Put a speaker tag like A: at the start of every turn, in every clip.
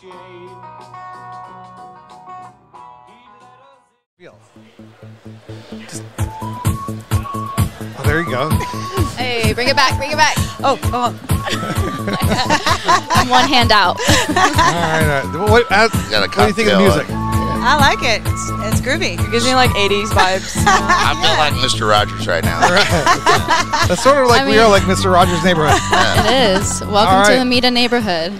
A: shade.
B: Oh, there you go.
C: Hey, bring it back, bring it back.
D: Oh, oh,
C: On one hand out.
B: all right. All right. What, uh,
E: Got a
B: what do you think of the
E: cocktail.
B: music?
D: I like it. It's, it's groovy.
F: It gives me like 80s vibes.
E: I feel like Mr. Rogers right now.
B: That's sort of like
C: I
B: we are
C: mean-
B: like Mr. Rogers' neighborhood.
C: it is. Welcome
B: All
C: to
B: right.
C: the Mita neighborhood.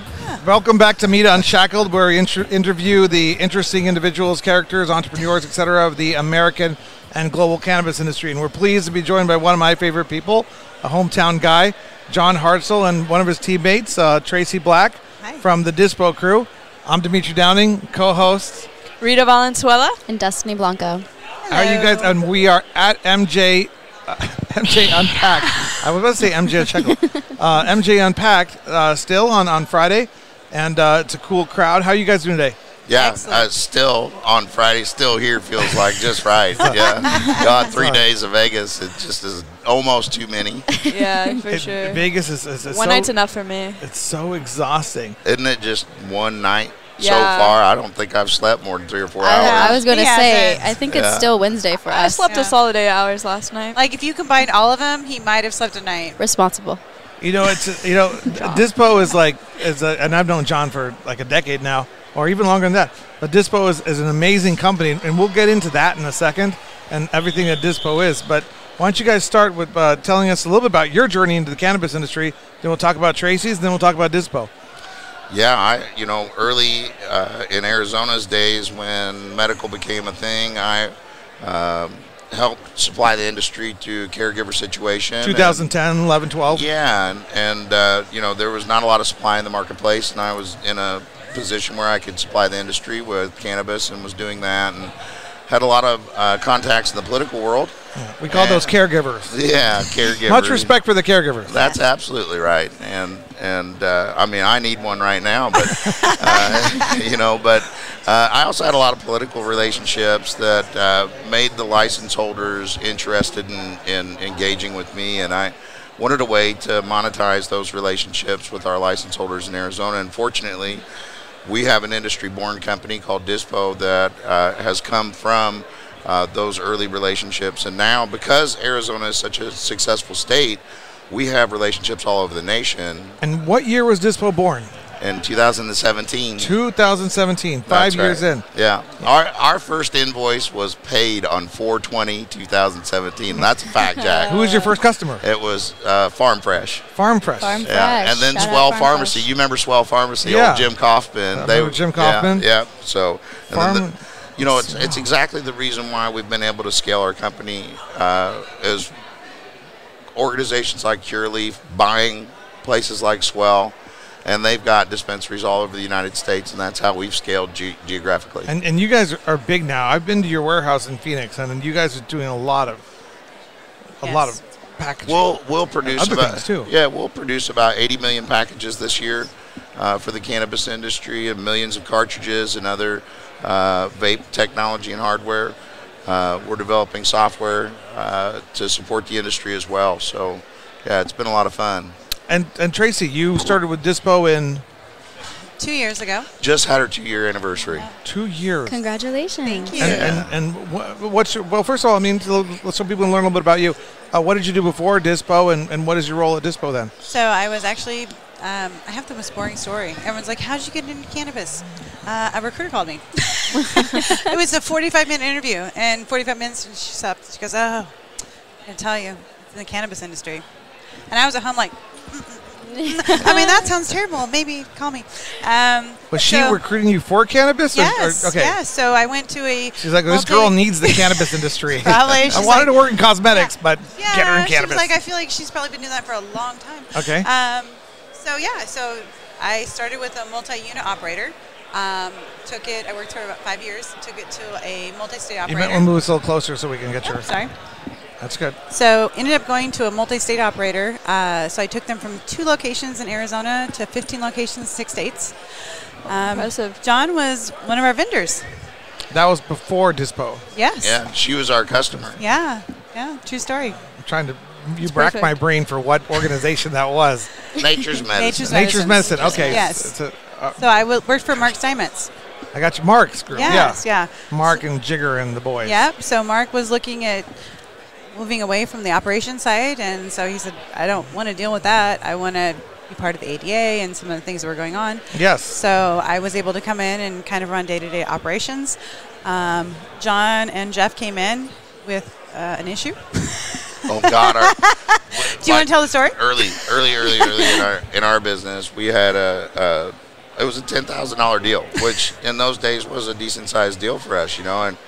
B: Welcome back to Meet Unshackled, where we inter- interview the interesting individuals, characters, entrepreneurs, etc., of the American and global cannabis industry. And we're pleased to be joined by one of my favorite people, a hometown guy, John Hartzell, and one of his teammates, uh, Tracy Black,
D: Hi.
B: from the Dispo Crew. I'm Dimitri Downing, co-host.
F: Rita Valenzuela.
C: And Destiny Blanco.
B: How are you guys? And we are at MJ. Uh, MJ Unpacked. I was about to say MJ Unshackled. Uh, MJ Unpacked uh, still on, on Friday, and uh, it's a cool crowd. How are you guys doing today?
E: Yeah,
D: Excellent.
E: uh, still on Friday, still here feels like just right. Yeah, God, three days of Vegas, it just is almost too many,
F: Yeah, for
B: It-
F: sure.
B: Vegas is, is, is
F: One
B: so,
F: night's enough for me.
B: It's so exhausting.
E: isn't it? Just one night so
F: Yeah.
E: far. I don't think I've slept more than three or four hours.
C: Oh, I, I was going to
D: He has
C: say,
D: it.
C: I think it's
E: Yeah.
C: still Wednesday for
F: I
C: us.
F: slept
D: Yeah.
F: a solid eight hours last night.
D: Like if you combine all of them, he might have slept a night.
C: Responsible.
B: You know, it's you know, Dispo is like is a, and I've known John for like a decade now, or even longer than that. But Dispo is, is an amazing company, and we'll get into that in a second, and everything that Dispo is. But why don't you guys start with uh, telling us a little bit about your journey into the cannabis industry? Then we'll talk about Tracy's, then we'll talk about Dispo.
E: Yeah, I you know early uh, in Arizona's days when medical became a thing, I um, helped supply the industry to caregiver situation. and-
B: 2010, 11, 12.
E: Yeah, and, and uh, you know there was not a lot of supply in the marketplace, and I was in a position where I could supply the industry with cannabis, and was doing that, and had a lot of uh, contacts in the political world.
B: We call those caregivers.
E: Yeah, caregivers.
B: Much respect for the caregivers.
E: That's absolutely right, and and uh, I mean I need one right now, but uh, you know, but uh, I also had a lot of political relationships that uh, made the license holders interested in, in engaging with me, and I wanted a way to monetize those relationships with our license holders in Arizona. Unfortunately, we have an industry-born company called Dispo that uh, has come from. Uh, those early relationships, and now because Arizona is such a successful state, we have relationships all over the nation.
B: And what year was Dispo born?
E: In 2017,
B: 2017, five
E: That's
B: years
E: right.
B: in.
E: Yeah, our our first invoice was paid on 4/20/2017. That's a fact, Jack.
B: Who was your first customer?
E: It was uh, Farm Fresh.
B: Farm Press.
C: Farm
E: Yeah,
C: Fresh.
E: and then
C: Shout out
E: Swell
C: Farm
E: Pharmacy.
C: Fresh.
E: You remember Swell Pharmacy?
B: Yeah.
E: Old Jim Kaufman.
B: I remember Jim
E: yeah,
B: Kaufman.
E: Yeah. So, and
B: Farm-
E: then the, you know, it's it's exactly the reason why we've been able to scale our company uh, is organizations like Cureleaf buying places like Swell, and they've got dispensaries all over the United States, and that's how we've scaled ge- geographically.
B: And, and you guys are big now. I've been to your warehouse in Phoenix, and you guys are doing a lot of a lot
D: Yes.
B: of packaging.
E: We'll we'll produce
B: other
E: about,
B: things, too.
E: Yeah, we'll produce about 80 million packages this year uh, for the cannabis industry, and millions of cartridges and other uh, vape technology and hardware. Uh, we're developing software uh, to support the industry as well. So, yeah, it's been a lot of fun.
B: and and Tracy, you started with Dispo in
D: Two years ago.
E: Just had our two-year anniversary.
B: two years.
C: Congratulations. Thank
D: you.
B: And and, and wha- what's your, well? First of all, I mean, so so people can learn a little bit about you. Uh, what did you do before Dispo, and, and what is your role at Dispo then?
D: So I was actually, um, I have the most boring story. Everyone's like, how did you get into cannabis? Uh, a recruiter called me. it was a 45 minute interview, and 45 minutes, and she stopped. She goes, oh, I'm going to tell you, it's in the cannabis industry. And I was at home like, "Mm, I mean, that sounds terrible. Maybe call me. Um,
B: Was she
D: so-
B: recruiting you for cannabis? or- or-
D: Yes.
B: okay.
D: Yes. So I went to a.
B: She's like, this
D: multi-
B: girl needs the cannabis industry.
D: Probably.
B: I
D: She's
B: wanted
D: like-
B: to work in cosmetics,
D: Yeah.
B: but
D: Yeah,
B: get her in
D: she was
B: cannabis.
D: like, I feel like she's probably been doing that for a long time.
B: Okay.
D: Um, so yeah, so I started with a multi-unit operator. Um, took it. I worked for about five years. Took it to a multi-state
B: you
D: operator.
B: might want to move us a little closer so we can get your.
D: Sorry.
B: That's good.
D: So ended up going to a multi-state operator. Uh, so I took them from two locations in Arizona to 15 locations, six states. Um,
F: Impressive.
D: John was one of our vendors.
B: That was before Dispo.
D: Yes.
E: Yeah, she was our customer.
D: Yeah. Yeah. True story.
B: I'm trying to. You rack
F: perfect.
B: my brain for what organization that was.
E: Nature's medicine.
D: Nature's
B: Nature's Medicine.
D: Medicine.
B: Okay.
D: Yes.
B: It's a- uh,
D: So I wo- worked for Mark Steinmetz.
B: I got you, Mark's group.
D: Yes,
B: yeah.
D: yeah.
B: Mark and Jigger and the boys.
D: Yep. So Mark was looking at moving away from the operation side, and so he said, "I don't want to deal with that. I want to be part of the ADA and some of the things that were going on."
B: Yes.
D: So I was able to come in and kind of run day-to-day operations. Um, John and Jeff came in with uh, an issue.
E: Oh God! Our,
D: Do you want to tell the story?
E: Early, early, early, early in our in our business, we had a, a it was a ten thousand dollar deal, which in those days was a decent sized deal for us, you know. And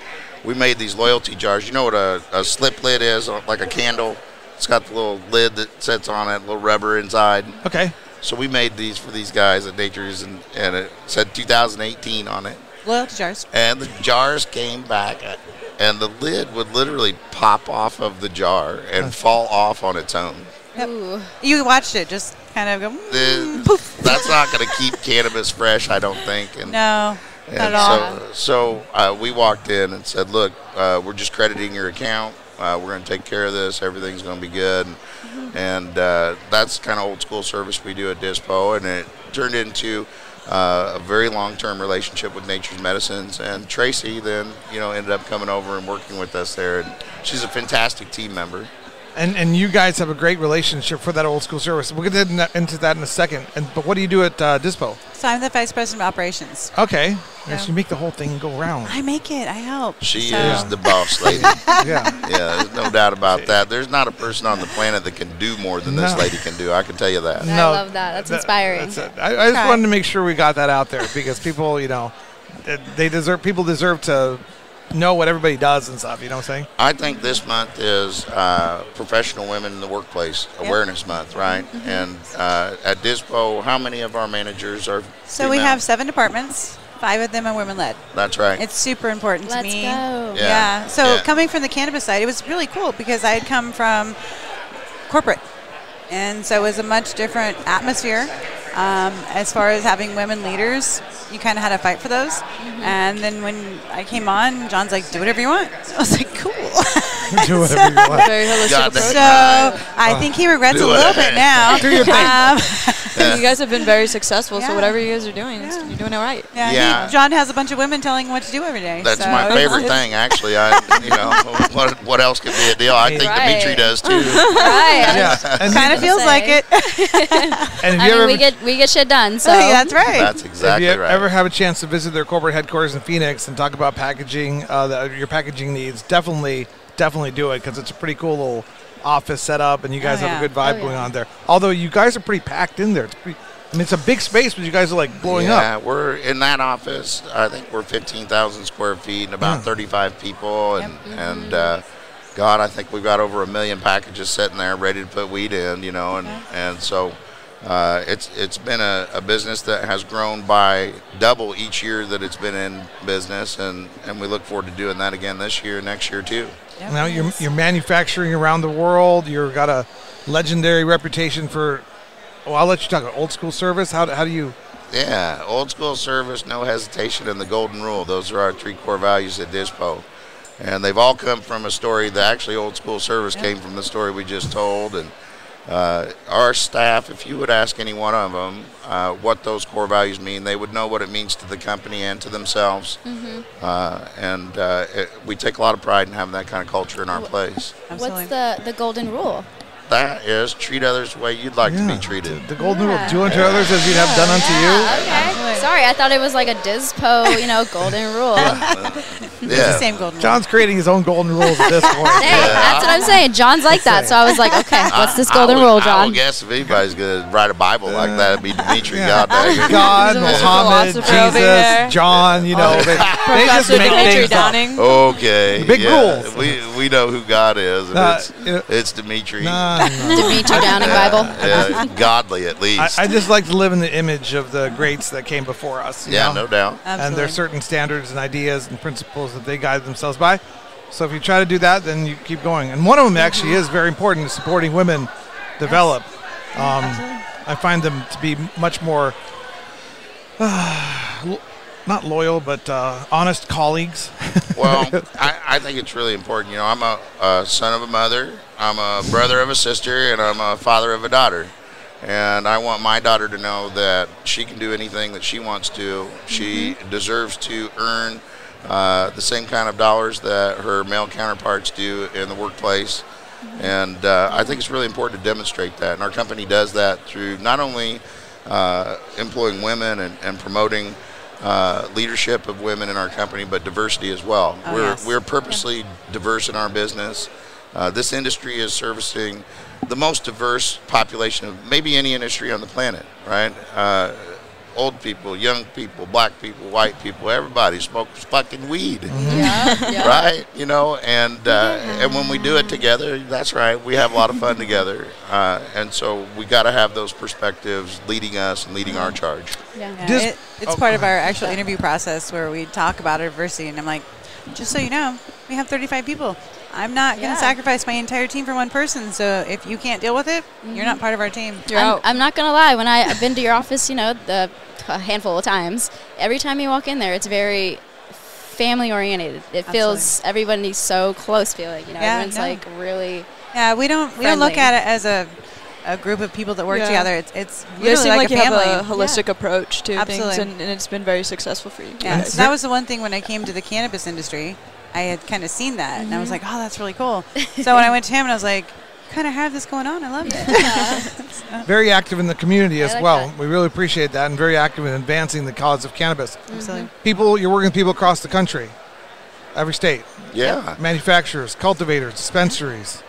E: we made these loyalty jars. You know what a, a slip lid is, uh, like a candle. It's got the little lid that sits on it, little rubber inside.
B: Okay.
E: So we made these for these guys at Nature's, and, and it said 2018 on it.
D: Loyalty jars.
E: And the jars came back, uh, and the lid would literally pop off of the jar and fall off on its own.
C: Ooh.
D: You watched it, just kind of go.
E: The-
D: "Mm, poof.
E: That's not going to keep cannabis fresh, I don't think. And,
D: No,
E: and
D: not at all.
E: So, so uh, we walked in and said, "Look, uh, we're just crediting your account. Uh, we're going to take care of this. Everything's going to be good."
D: Mm-hmm.
E: And uh, that's kind of old school service we do at Dispo, and it turned into uh, a very long term relationship with Nature's Medicines. And Tracy then, you know, ended up coming over and working with us there. And she's a fantastic team member.
B: And and you guys have a great relationship for that old school service. We'll get in- into that in a second. And but what do you do at uh, Dispo?
D: So I'm the vice president of operations.
B: Okay.
D: Yeah.
B: You make the whole thing go round.
D: I make it. I help.
E: She
D: So-
E: is the boss lady.
B: yeah.
E: yeah, there's no doubt about that. There's not a person on the planet that can do more than this
B: No.
E: lady can do. I can tell you that.
C: I love that. That's inspiring.
B: that's it. I, I just
D: Okay.
B: wanted to make sure we got that out there because people, you know, th- they deserve people deserve to know what everybody does and stuff. You know what I'm saying?
E: I think this month is uh, Professional Women in the Workplace Awareness Month, right?
D: Mm-hmm.
E: And uh, at DISPO, how many of our managers are
D: So we
E: female?
D: have seven departments. Five of them are women led.
E: That's right.
D: It's super important
C: Let's
D: to me.
C: go.
E: Yeah.
D: Yeah. So
E: Yeah.
D: coming from the cannabis side, it was really cool because I had come from corporate, and so it was a much different atmosphere. Um, as far as having women leaders, you kind of had to fight for those.
C: Mm-hmm.
D: And then when I came on, John's like, "Do whatever you want." I was like, "Cool."
B: do whatever you want.
F: Very holistic
E: God,
F: approach.
E: that-
D: So I think he regrets
E: Do
D: a little
E: it.
D: bit now.
B: Do your thing.
D: Um,
F: you guys have been very successful,
D: Yeah.
F: so whatever you guys are doing, it's-
D: Yeah.
F: you're doing it right.
D: yeah, he-
E: Yeah.
D: John has a bunch of women telling him what to do every day.
E: That's
D: so
E: my
D: it's-
E: favorite thing, actually. I, you know, what, what else could be a deal? I think
C: Right.
E: Dimitri does too.
C: Right.
B: Yeah. And,
D: Kind of feels
C: Say.
D: like it.
B: and if
C: I
B: you
C: mean,
B: ever,
C: we get we get shit done. So
D: that's right.
E: That's
B: if
E: exactly
B: you
E: right.
B: ever have a chance to visit their corporate headquarters in Phoenix and talk about packaging, uh, the, your packaging needs, definitely, definitely do it because it's a pretty cool little office setup, and you guys
D: Oh,
B: have a
D: yeah.
B: good vibe
C: Oh, yeah.
B: going on there. Although you guys are pretty packed in there. It's pretty, I mean, it's a big space, but you guys are like blowing
E: yeah,
B: up.
E: we're in that office. I think we're 15,000 square feet and about 35 people. And, and uh, God, I think we've got over a million packages sitting there ready to put weed in, you know. And, and so uh, it's it's been a, a business that has grown by double each year that it's been in business. And, and we look forward to doing that again this year, next year, too.
B: Now you're you're manufacturing around the world. You've got a legendary reputation for. Well, I'll let you talk about old school service. How do, how do you?
E: Yeah, old school service, no hesitation, and the golden rule. Those are our three core values at Dispo. And they've all come from a story that actually old school service came from the story we just told. And uh, our staff, if you would ask any one of them uh, what those core values mean, they would know what it means to the company and to themselves.
D: Mm-hmm.
E: Uh, and uh, it, we take a lot of pride in having that kind of culture in our place.
D: Absolutely.
C: what's the the golden rule?
E: That is treat others the way you'd like to
B: Yeah.
E: be treated.
B: The golden
C: Yeah.
B: rule: do unto others as you'd have done unto you.
C: Yeah, okay.
D: Absolutely.
C: Sorry, I thought it was like a dispo, you know, golden rule.
D: It's
E: Yeah.
D: the same golden
B: John's creating his own golden rules at this point.
C: Hey, that's what I'm saying. John's like that. So I was like, okay, what's this
E: I
C: golden
E: would-
C: rule,
E: I
C: John?
E: would guess if anybody's going to write a Bible like
B: Uh,
E: that, it'd be Dimitri Goddamn.
B: Oh God,
F: He's a
B: Muhammad,
F: little philosopher over here.
B: Jesus, John, you know, they, they just
F: Professor
B: make
F: Dimitri
B: things up. Oh,
F: Downing.
E: Okay.
B: Big
E: yeah,
B: rules.
E: We we know who God is. and
B: Uh,
E: it's,
B: you know-
E: it's Dimitri.
B: Nah, nah.
C: Dimitri Downing Bible.
E: Yeah, godly at
B: I,
E: least.
B: I just like to live in the image of the greats that came before us. you
E: yeah,
B: know?
E: no doubt.
B: And there's certain standards and ideas and principles that they guide themselves by. So if you try to do that, then you keep going. And one of them actually is very important: is supporting women develop. Um, I find them to be much more, uh, lo- not loyal, but uh, honest colleagues.
C: Uh-huh.
E: Well, I, I think it's really important. You know, I'm a, a son of a mother, I'm a brother of a sister, and I'm a father of a daughter. And I want my daughter to know that she can do anything that she wants to. She deserves to earn uh, the same kind of dollars that her male counterparts do in the workplace. And uh, I think it's really important to demonstrate that. And our company does that through not only uh, employing women and, and promoting uh, leadership of women in our company, but diversity as well.
D: Oh,
E: we're,
D: yes.
E: we're purposely diverse in our business. Uh, this industry is servicing the most diverse population of maybe any industry on the planet, right? Uh, old people, young people, black people, white people, everybody smokes fucking weed
D: Mm-hmm.
F: Yeah, yeah.
E: right? You know, and uh, and when we do it together, that's right. We have a lot of fun together, uh, and so we got to have those perspectives leading us and leading our charge.
C: Yeah.
D: Yeah,
B: Dis-
D: it, it's
B: oh,
D: part
B: go
D: of our actual interview process where we talk about our diversity, and I'm like, just so you know, we have 35 people. I'm not going to
F: Yeah.
D: sacrifice my entire team for one person. So if you can't deal with it, you're not part of our team.
F: Mm-hmm. You're
C: I'm,
F: out.
C: I'm not gonna lie. When I, I've been to your office, you know, the, a handful of times. Every time you walk in there, it's very family oriented. It feels everybody's so close. Feeling, you know,
D: Yeah,
C: everyone's
D: no.
C: like really.
D: Yeah, we don't we don't look
C: Friendly.
D: at it as a, a group of people that work
F: Yeah.
D: together. It's it's
F: you
D: really
F: guys seem
D: like,
F: like,
D: a
F: you
D: family.
F: have a holistic approach to
D: Absolutely.
F: things, and, and it's been very successful for you.
D: Yeah,
F: guys.
D: so that was the one thing when I came to the cannabis industry, I had kind of seen that, and I
F: Mm-hmm.
D: was like, oh, that's really cool. so when I went to him, and I was like, kind of have this going on. I love it.
B: Very active in the community as
C: like
B: well.
C: that.
B: We really appreciate that and very active in advancing the cause of cannabis.
D: Absolutely.
F: Mm-hmm.
B: People, you're working with people across the country, every state,
E: Yeah,
B: manufacturers, cultivators, dispensaries.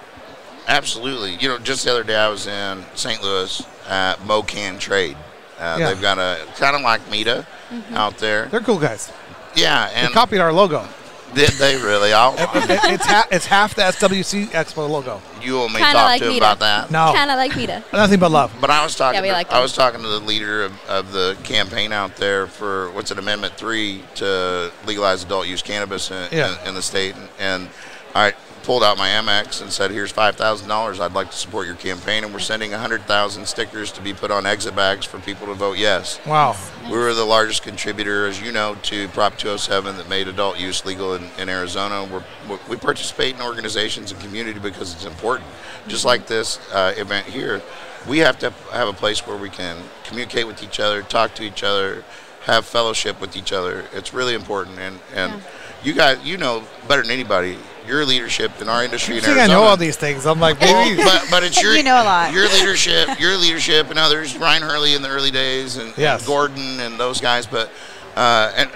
E: absolutely. You know, just the other day I was in St. Louis at Mocan Trade. Uh,
B: Yeah.
E: They've got a kind of like Mita
C: Mm-hmm.
E: out there.
B: They're cool guys.
E: Yeah,
B: They
E: and
B: copied our logo.
E: did they really? I'll,
B: It- it's, ha- it's half the SWC Expo logo.
E: you owe me
C: Kinda
E: talk
C: like
E: to
C: Mita.
E: about that.
B: No,
C: Kind of like Vita.
B: nothing but love.
E: But I was talking.
C: Yeah, we
E: to,
C: like
E: I
C: them.
E: was talking to the leader of, of the campaign out there for what's it, Amendment Three to legalize adult use cannabis in,
B: Yeah.
E: in, in the state, and, and I pulled out my Amex and said, "Here's five thousand dollars. I'd like to support your campaign, and we're sending hundred thousand stickers to be put on exit bags for people to vote yes."
B: Wow.
E: We were the largest contributor, as you know, to Prop 207 that made adult use legal in, in Arizona. We're, we- we participate in organizations and community because it's important. Just like this uh, event here, we have to have a place where we can communicate with each other, talk to each other, have fellowship with each other. It's really important. And, and you guys, you know better than anybody, your leadership in our industry in
B: I think I
E: Arizona.
B: know all these things. I'm like,
E: Well,
B: maybe.
E: but, but it's your
D: You know a lot.
E: your leadership, your leadership, and others. Ryan Hurley in the early days, and, and
B: Yes.
E: Gordon, and those guys. But uh, and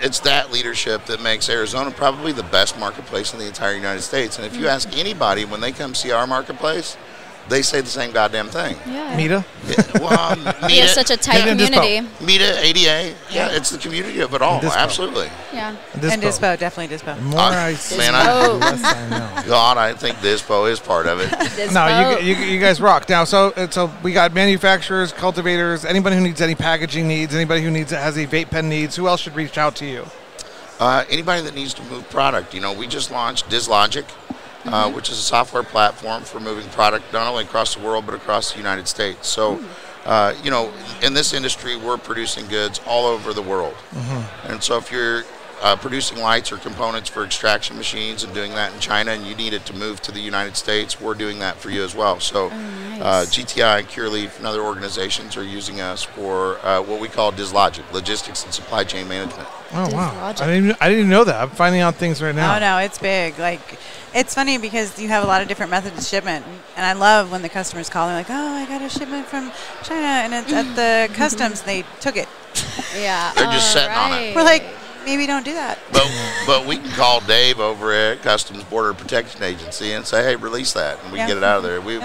E: it's that leadership that makes Arizona probably the best marketplace in the entire United States. And if you ask anybody when they come see our marketplace, they say the same goddamn thing.
C: Yeah.
B: Mita.
E: Yeah, well, um,
C: We have
E: Mita,
C: such a tight
B: Maybe just
C: community.
E: Mita, ADA, yeah, it's the community of it all.
B: Dispo.
E: Absolutely.
C: Yeah.
D: And Dispo, definitely Dispo.
B: The more I see,
E: Uh, man,
B: the
E: I,
B: less I know.
E: God, I think Dispo is part of it.
B: No, you, you, you guys rock. Now, so uh, so we got manufacturers, cultivators, anybody who needs any packaging needs, anybody who needs has a vape pen needs. Who else should reach out to you?
E: Uh, anybody that needs to move product, you know, we just launched DisLogic, uh, which is a software platform for moving product not only across the world but across the United States. So, uh, you know, in this industry, we're producing goods all over the world, and so if you're uh, producing lights or components for extraction machines and doing that in China, and you need it to move to the United States, we're doing that for you as well. So, uh, GTI, Cureleaf, and other organizations are using us for uh, what we call DisLogic, logistics and supply chain management.
B: Oh wow, I
C: Dislogic.
B: didn't even- I didn't even know that. I'm finding out things right now.
D: Oh no, it's big. Like it's funny because you have a lot of different methods of shipment, and I love when the customers call. They're like, "Oh, I got a shipment from China, and it's at
F: Mm-hmm.
D: the customs. They took it."
C: Yeah.
E: They're just sitting on it.
C: alright.
D: We're like, "Maybe don't do that."
E: But but we can call Dave over at Customs Border Protection Agency and say, hey, release that, and we
D: Yeah.
E: get it out of there. We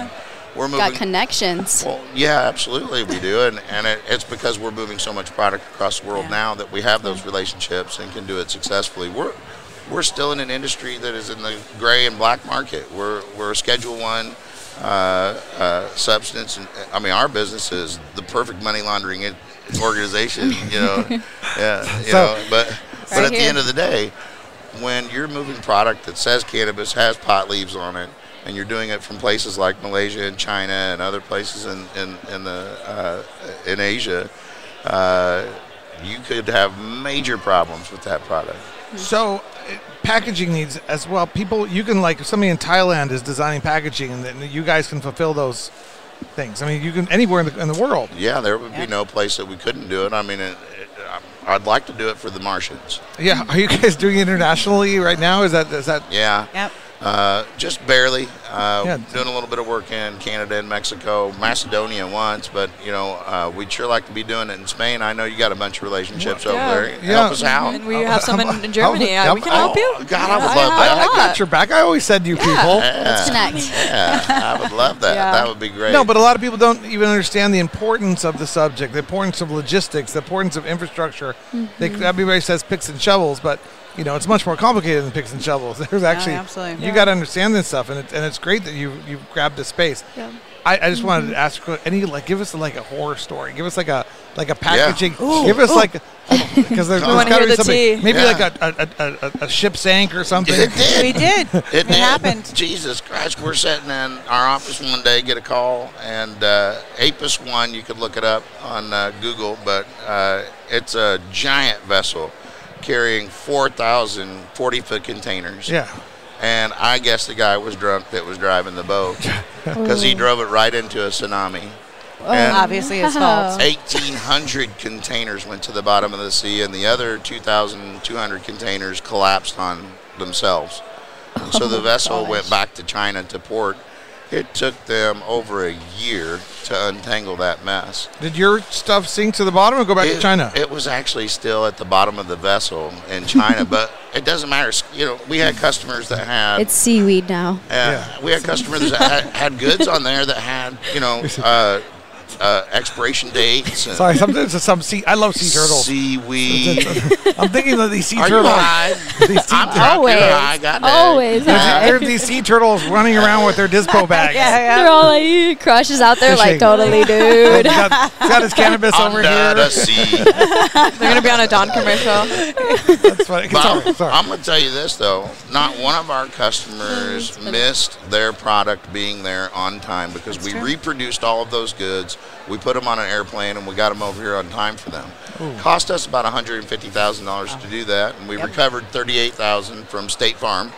E: we're
C: got
E: moving.
C: connections.
E: well, yeah, absolutely, we do, and and it, it's because we're moving so much product across the world
D: Yeah.
E: now that we have those relationships and can do it successfully. We're we're still in an industry that is in the gray and black market. We're we're a Schedule One uh, uh, substance, and I mean our business is the perfect money laundering in- organization. you know, yeah, you
B: So-
E: know, but but
C: Right
E: at the
C: here.
E: end of the day, when you're moving product that says cannabis has pot leaves on it and you're doing it from places like Malaysia and China and other places in, in, in the uh, in Asia, uh, you could have major problems with that product.
B: So, uh, packaging needs as well. People, you can like if somebody in Thailand is designing packaging, and then you guys can fulfill those things. I mean, you can anywhere in the, in the world.
E: Yeah, there would
D: Yeah.
E: be no place that we couldn't do it. I mean, it, it, I'd like to do it for the Martians.
B: Yeah. Are you guys doing it internationally right now? Is that is that?
E: Yeah.
D: Yep.
E: Uh, just barely. Uh,
B: Yeah.
E: Doing a little bit of work in Canada and Mexico, Macedonia once, but you know uh, we'd sure like to be doing it in Spain. I know you got a bunch of relationships
F: Yeah.
E: over there.
B: Yeah.
E: Help us out.
F: And we have some in, in Germany.
B: I'm-
F: Uh, we can help you.
E: Oh, God, I would
F: Yeah,
E: love that.
F: why
E: I
B: I
F: not?
B: got your back. I always said you people.
E: Yeah.
C: Let's connect.
E: Yeah, I would love that.
F: Yeah.
E: That would be great.
B: No, but a lot of people don't even understand the importance of the subject, the importance of logistics, the importance of infrastructure. They,
F: Mm-hmm.
B: everybody says picks and shovels, but you know it's much more complicated than picks and shovels. There's actually
D: absolutely.
B: you
F: Yeah.
B: got to understand this stuff, and it, and it's great that you you grabbed the space.
F: Yeah. Mm-hmm.
B: I, I just wanted to ask you, any like give us like a horror story, give us like a like a packaging, give us like because there's, there's
E: wanna
B: got to
F: hear
B: be
F: the
B: something
F: tea.
B: maybe
E: Yeah.
B: like a a, a, a a ship sank or something.
E: it did.
D: We did. It,
E: It, did.
D: happened.
E: Jesus Christ. We're sitting in our office one day, get a call, and uh, Apis 1, you could look it up on uh, Google, but uh, it's a giant vessel carrying 4,000 40 foot containers.
B: yeah.
E: And I guess the guy was drunk that was driving the boat because he drove it right into a tsunami. And
D: Obviously,
F: Oh.
D: it's false.
E: 1,800 containers went to the bottom of the sea, and the other 2,200 containers collapsed on themselves. And so the vessel went back to China to port. It took them over a year to untangle that mess.
B: Did your stuff sink to the bottom or go back
E: it,
B: to China?
E: It was actually still at the bottom of the vessel in China, but it doesn't matter. You know, we had customers that had
C: It's seaweed now.
E: uh, We had customers that had, had goods on there that had, you know, uh, uh, expiration dates. And
B: Sorry, sometimes it's some sea. I love sea turtles.
E: Seaweed.
B: I'm thinking of these sea
E: Are you
B: turtles.
E: high?
B: These sea,
E: I'm
B: tur-
E: drunk.
C: Always.
E: You're high. God dang.
C: Always.
E: Yeah.
B: there are these sea turtles running around with their dispo bags.
D: Yeah,
C: They're all like "Ew," crushes out there,
B: Fishing.
C: like totally,
B: He's
C: dude.
B: got, he's got his cannabis over
E: Under
B: here.
E: the sea.
F: They're gonna be on a Don commercial.
B: That's funny.
E: Bob,
B: Sorry, sorry.
E: I'm going to tell you this, though. Not one of our customers missed their product being there on time because we reproduced all of those goods. We put them on an airplane and we got them over here on time for them. Cost us about $150,000 to do that, and we recovered 38000 from State Farm.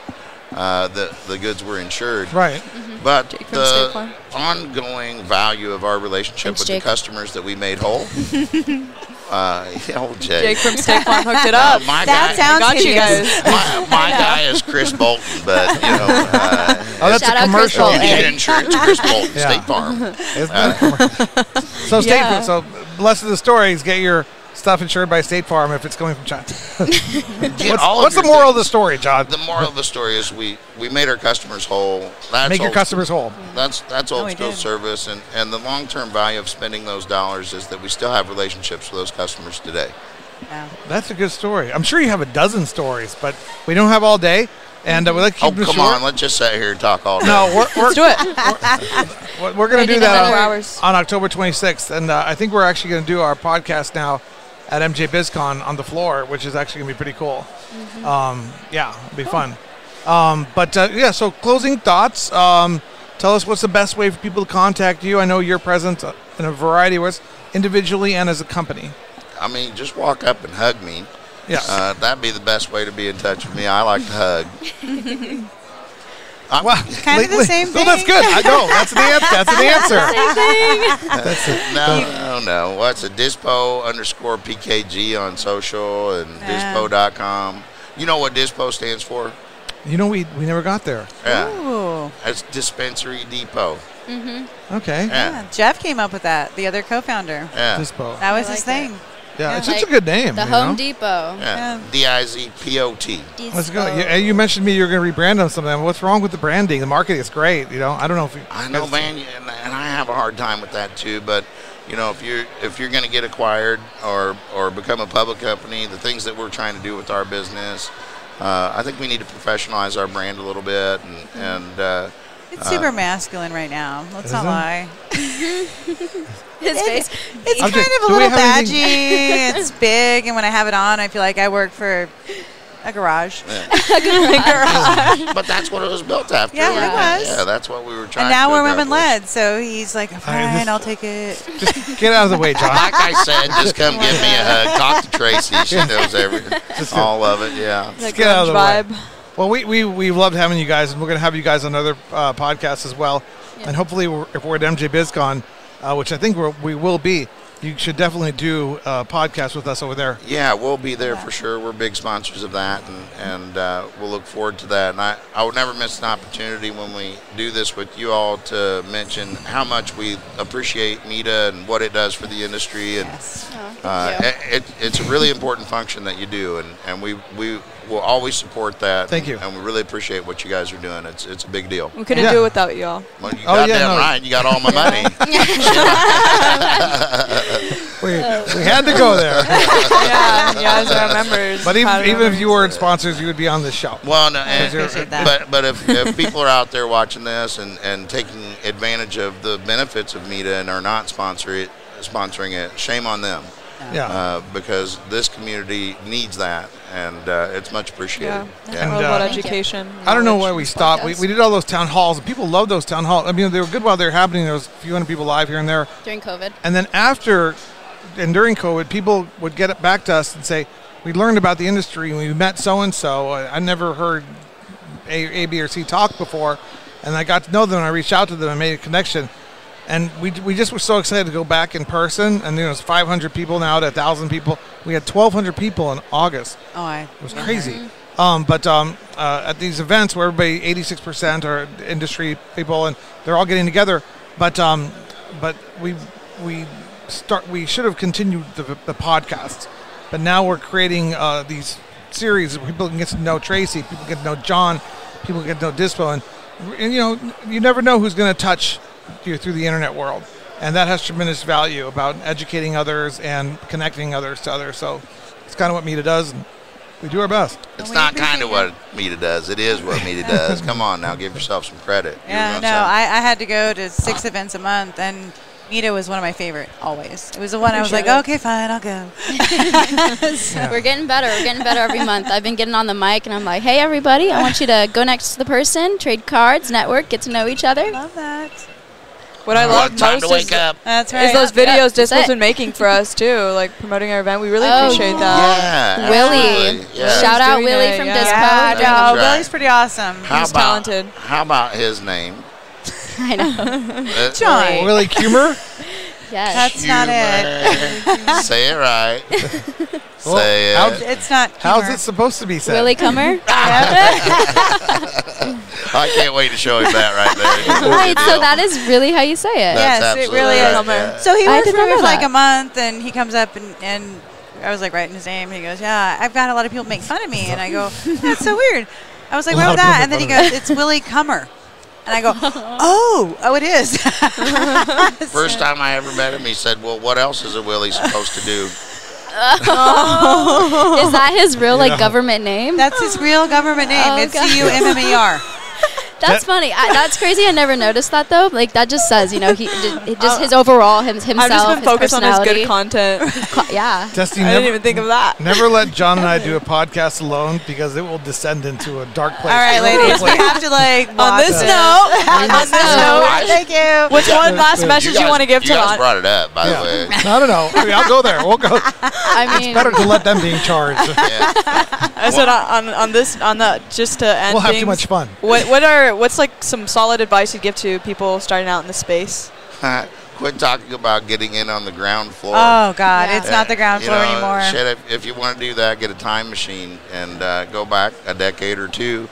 E: Uh, the, the goods were insured.
B: Right.
E: But
F: Mm-hmm. Jake from State
E: the
F: Farm.
E: ongoing value of our relationship
C: Thanks,
E: with
C: Jake.
E: the customers that we made whole. uh, yeah, old Uh,
F: Jake from State Farm hooked it up.
E: my
D: That
E: guy,
D: sounds
F: Got you
D: hideous.
F: guys.
E: my, my guy is Chris Bolton, but you know, uh,
B: Oh, that's
C: Shout
B: a
C: out Chris
B: commercial.
E: you
C: Bolton.
E: get insurance. Chris Bolton,
B: Yeah.
E: State Farm.
B: It's not a commercial. so State
F: Yeah.
B: Farm. So less of the stories. Get your stuff insured by State Farm if it's coming from China.
E: Get
B: What's,
E: all of
B: what's the
E: your
B: moral of the
E: things.
B: story, John?
E: The moral of the story is we we made our customers whole. That's
B: Make your
E: old-
B: customers whole.
E: That's that's old
D: we
E: school
D: did.
E: service, and and the long term value of spending those dollars is that we still have relationships with those customers today.
D: Yeah.
B: That's a good story. I'm sure you have a dozen stories, but we don't have all day, and uh, we like to keep
E: oh
B: them
E: come
B: short.
E: on, let's just sit here and talk all day.
B: No, we're, we're,
F: Let's do it.
B: We're- We're going to
F: Maybe
B: do
F: in
B: that
F: another
B: on,
F: hours.
B: on October 26th, and uh, I think we're actually going to do our podcast now at MJ BizCon on the floor, which is actually going to be pretty cool.
F: Mm-hmm.
B: Um, yeah, it'll be fun. Um, but uh, yeah, so closing thoughts. Um, tell us what's the best way for people to contact you. I know you're present uh, in a variety of ways, individually and as a company.
E: I mean, just walk up and hug me.
B: Yeah.
E: Uh, that'd be the best way to be in touch with me. I like to hug. I'm,
D: Kind of the
B: Lately-
D: same
B: Well, Oh, that's
D: thing.
B: good. I know. That's the answer. That's the answer.
E: No, no, no. What's a dispo underscore PKG on social and dispo.com. You know what dispo stands for?
B: You know, we, we never got there.
E: Yeah.
D: Ooh.
E: It's Dispensary Depot.
B: Okay.
E: Yeah.
D: Yeah. Jeff came up with that, the other co-founder.
E: Yeah.
B: Dispo.
D: That was
C: I
D: his
C: like
D: thing.
B: Yeah, it's such a
C: Like
B: good name.
C: The
B: you
C: Home
B: know?
C: Depot.
E: Yeah.
D: Yeah.
E: D I Z P O T.
B: Let's go. eh. You, and you mentioned me you were going to rebrand on something. What's wrong with the branding? The marketing is great. You know, I don't know if you
E: I know, man, and, and I have a hard time with that too. But you know, if you're if you're going to get acquired or or become a public company, the things that we're trying to do with our business, uh, I think we need to professionalize our brand a little bit and
D: Mm-hmm.
E: and. Uh,
D: It's super masculine right now. Let's
B: Is
D: not
B: it?
D: lie.
C: His face.
D: It's
B: I'm
D: kind
B: just-
D: of
B: do
D: a
B: we
D: little
B: have
D: badgy.
B: anything-
D: it's big, and when I have it on, I feel like I work for a garage.
E: but that's what it was built after.
D: Yeah, it
E: Yeah.
D: was.
E: Yeah, that's what we were trying.
D: And now
E: to
D: we're women
E: accomplish.
D: led, so he's like,
B: I- this-
D: fine, I'll take it.
B: Just get out of the way, John.
E: Like I said, just come give me a hug. Talk to Tracy. She knows everything, all of it. Yeah.
F: Like
B: get out of
F: grunge
B: the way.
F: vibe.
B: Well, Well, we, we, we loved having you guys, and we're going to have you guys on other uh, podcasts as well.
C: Yeah.
B: And hopefully, we're, if we're at MJ BizCon, uh, which I think we're, we will be, you should definitely do a podcast with us over there.
E: Yeah, we'll be there for sure. We're big sponsors of that, and, and uh, we'll look forward to that. And I, I would never miss an opportunity when we do this with you all to mention how much we appreciate META and what it does for the industry. And
D: Yes.
E: uh,
C: you.
E: it- it, it's a really important function that you do, and, and we, we will always support that.
B: Thank you.
E: And we really appreciate what you guys are doing. It's, it's a big deal.
F: We couldn't
B: Yeah.
F: do it without y'all.
E: Well, you
B: Oh,
E: got
B: yeah,
E: that
B: no.
E: right. You got all my money.
C: Oh.
B: We, we had to go there.
F: yeah, you guys are our members.
B: But even,
F: proud
B: even if you
F: members.
B: weren't sponsors, you would be on this show.
E: Well, no, and,
D: appreciate that.
E: but but if, if people are out there watching this and, and taking advantage of the benefits of Meta and are not sponsor it, sponsoring it, shame on them
B: Yeah.
E: uh, because this community needs that and uh, it's much
F: Yeah,
E: appreciated.
F: I
B: And,
F: love
B: uh,
F: about
C: Thank you.
F: education.
B: I don't know
F: knowledge.
B: why we stopped. We, we did all those town halls, and people loved those town halls. I mean, they were good while they were happening. There was a few hundred people live here and there.
C: during COVID.
B: And then after and during COVID, people would get back to us and say, "We learned about the industry and we met so and so. I I never heard a, a, B, or C talk before, and I got to know them. and I reached out to them and made a connection." And we, we just were so excited to go back in person. And there was 500 people now to 1,000 people. We had 1,200 people in August.
D: Oh, I.
B: It was crazy. Um, but um, uh, at these events where everybody, 86% are industry people, and they're all getting together. But um, but we we start we should have continued the, the podcast, but now we're creating uh, these series where people can get to know Tracy, people get to know John, people get to know Dispo, and, and you know you never know who's going to touch you through the internet world, and that has tremendous value about educating others and connecting others to others. So it's kind of what Meta does. And, we do our best.
E: It's
D: we
E: not
D: appreciate
E: kind of what Meta does. It is what Meta does. Come on now, give yourself some credit. You were
D: Yeah, no,
E: gonna say-
D: I, I had to go to six events a month, and Nita was one of my favorite always. It was the one I was like,
C: Appreciate it.
D: okay, fine, I'll go.
C: We're getting better. We're getting better every month. I've been getting on the mic and I'm like, hey, everybody, I want you to go next to the person, trade cards, network, get to know each other.
D: Love that.
F: What I love
E: Well, time
F: most
E: to wake
F: is,
E: up.
D: That's right.
F: is those
C: Yeah,
F: videos
C: that's
F: Dispo's
C: it.
F: been making for us too, like promoting our event. We really
C: Oh,
F: appreciate
C: yeah.
F: that.
E: yeah,
C: Willie.
E: absolutely. Yeah.
C: Shout out
F: Doing
C: Willie
F: it,
C: from
F: yeah.
C: Dispo.
D: yeah,
E: That's
D: no,
E: right.
D: Willie's pretty awesome.
E: How
F: He's
E: about,
F: talented.
E: How about his name?
C: I know.
E: Uh,
D: John.
B: Willie Cumer.
C: Yes.
D: That's not it.
E: it. Say it right.
B: Well,
E: Say
B: how'd
E: it.
D: It's not.
B: How's
D: humor.
B: it supposed to be said?
C: Willie Comer.
E: I can't wait to show him that right there.
C: Wait, so that is really how you say it.
D: Yes,
E: That's
D: it
E: absolutely
D: really is.
E: right, yeah.
D: So he
C: I
D: worked
C: did
D: for
C: not
D: me
C: know
D: for like
C: that.
D: a month, and he comes up and, and I was like writing his name. And he goes, "Yeah, I've got a lot of people make fun of me," and I go, "That's so weird." I was like,
B: A lot
D: "Why
B: of
D: would that?" And
B: people
D: then he
B: make
D: goes, "It's Willie Comer," and I go, "Oh, oh, it is."
E: First time I ever met him, he said, "Well, what else is a Willie supposed to do?"
C: Is that his real
B: Yeah.
C: like government name?
D: That's his real government name.
C: Oh,
D: it's
C: God.
D: C U M M E R.
C: that's funny. I, that's crazy. I never noticed that though. Like that just says, you know, he just, just his overall him, himself.
F: Uh, I've just been
C: his
F: focused on his good
C: personality.
F: content.
C: Co- yeah.
B: Dusty,
F: I
B: never,
F: didn't even think of that.
B: never let John and I do a podcast alone because it will descend into a dark place.
D: All right, ladies, we have to like
F: On
D: watch
F: this note, on this note,
D: Oh, Thank you.
F: which one last message you,
E: guys-
F: want to give
E: you
F: to
E: guys
F: Ron?
E: brought it up, by
B: Yeah.
E: the way.
B: I don't know. I mean, I'll go there. We'll go.
C: I mean,
B: Better to let them be in charge.
F: I said on, on on this on the just to end.
B: We'll have too
F: things,
B: much fun.
F: What what are what's like some solid advice you give to people starting out in the space?
E: Quit talking about getting in on the ground floor.
D: Oh God,
C: Yeah.
D: it's not the ground
E: Eh, You
D: floor
E: know,
D: anymore.
E: Shit, if, if you want to do that, get a time machine and uh, go back a decade or 2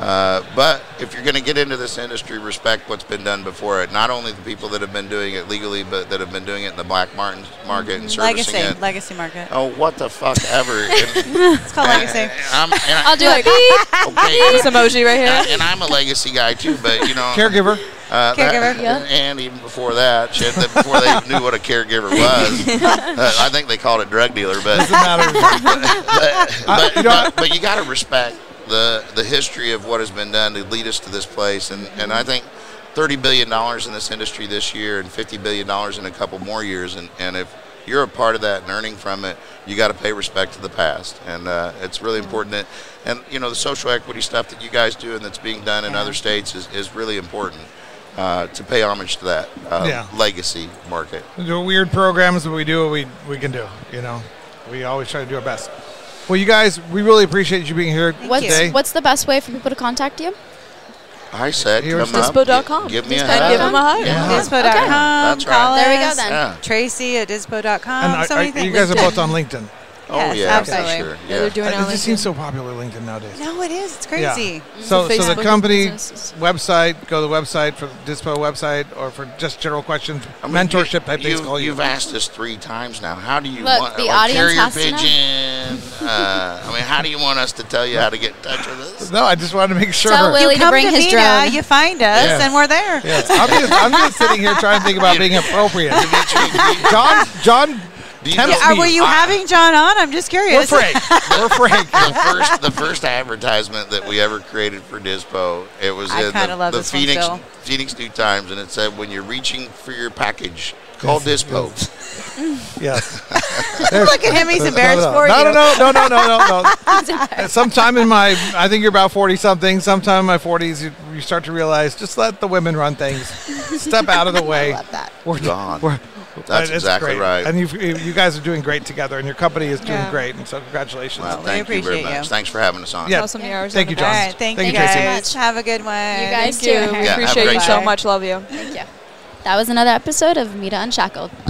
E: Uh, but if you're going to get into this industry, respect what's been done before it. Not only the people that have been doing it legally, but that have been doing it in the black martin- market and servicing
D: Legacy,
E: it.
D: legacy market.
E: Oh, what the fuck ever. And-
D: It's called legacy.
E: I'm, and I,
C: I'll do it. Beep.
E: okay,
F: This emoji right
E: and,
F: here.
E: and I'm a legacy guy too, but you know,
B: Caregiver.
E: uh, that-
D: Caregiver,
C: yeah.
E: and even before that, shit, that before they knew what a caregiver was, uh, I think they called it drug dealer. But
B: Doesn't matter.
E: but,
B: I-
E: but,
B: you know-
E: but, but you got to respect the the history of what has been done to lead us to this place, and and I think. Thirty billion dollars in this industry this year, and fifty billion dollars in a couple more years. And, and if you're a part of that and earning from it, you got to pay respect to the past, and uh, it's really important. That, and you know the social equity stuff that you guys do and that's being done in other states is, is really important uh, to pay homage to that uh,
B: Yeah.
E: legacy market.
B: We do weird programs, but we do what we, we can do. You know, we always try to do our best. Well, you guys, we really appreciate you being here
D: Thank
C: What's
D: you.
B: today.
C: what's the best way for people to contact you?
E: I said,
B: Here's
E: come up,
F: Dispo.com.
E: gi- Give me a
F: Just
E: hug.
F: give him a hug.
E: Yeah.
D: Dispo.com.
C: Oh, Okay.
E: That's right.
C: There we go then.
E: Yeah.
D: Tracy at dispo.com.
B: and
D: so
B: are- are-
D: many things.
B: you guys are both on LinkedIn.
E: Oh
D: Yes,
E: yeah,
D: absolutely.
E: for sure.
F: Yeah,
E: Yeah.
F: they're doing
B: It
F: it.
B: Uh, just seems so popular LinkedIn nowadays.
D: No, it is. It's
B: Yeah.
D: crazy.
B: So,
F: The
B: so the
F: Facebook
B: company
C: businesses.
B: website, go to the website for the Dispo website or for just general questions,
E: I mean,
B: mentorship type
E: you,
B: things. Call you.
E: You've asked us three times now. How do you
C: Look,
E: want
C: the
E: or
C: audience
E: carrier
C: has to know.
E: pigeon? uh, I mean, how do you want us to tell you how to get in touch with us?
B: No, I just wanted to make sure.
C: Tell Willie to
D: Come
C: bring
D: to
C: his
D: Vita,
C: drone.
D: you find us,
B: Yeah.
D: and we're there.
B: Yes, I'm, just, I'm just sitting here trying to think about being appropriate.
E: Dimitri,
B: John, John,
E: do you, do you
B: Tempts
E: know
D: Are, were you
E: I-
D: having John on? I'm just
B: we're
D: curious.
B: Frank. We're Frank.
E: the first the first advertisement that we ever created for Dispo, it was
D: I
E: in
D: kinda
E: the,
D: love
E: the
D: this one
E: Phoenix
D: still.
E: Phoenix New Times, and it said, "When you're reaching for your package, call Dispo."
B: Yes.
D: Look at him. He's embarrassed
B: no,
D: for
B: no,
D: you.
B: No, no, no, no, no, no, no. Uh, sometime in my, I think you're about 40 something, sometime in my 40s, you, you start to realize just let the women run things. Step out of the way.
C: love that.
B: We're
E: Gone.
B: we're-
E: That's
B: it's
E: exactly
B: great.
E: right.
B: And you've, you you guys are doing great together, and your company is doing
F: Yeah.
B: great. And so, congratulations.
E: Well,
D: We
E: thank you very
D: appreciate
E: much.
D: you.
E: Thanks for having us on.
B: Yeah.
F: Awesome hours
B: Thank
F: on
B: you,
F: the
B: John.
D: All right. Thank,
B: Thank
D: you
B: you,
D: guys.
B: Tracy.
D: Have a good one. You
C: guys
F: Thank you.
C: too.
E: Yeah,
F: We
E: have a
F: appreciate
E: great
F: you so
E: day.
F: much. Love you.
C: Thank you. That was another episode of Mita Unshackled.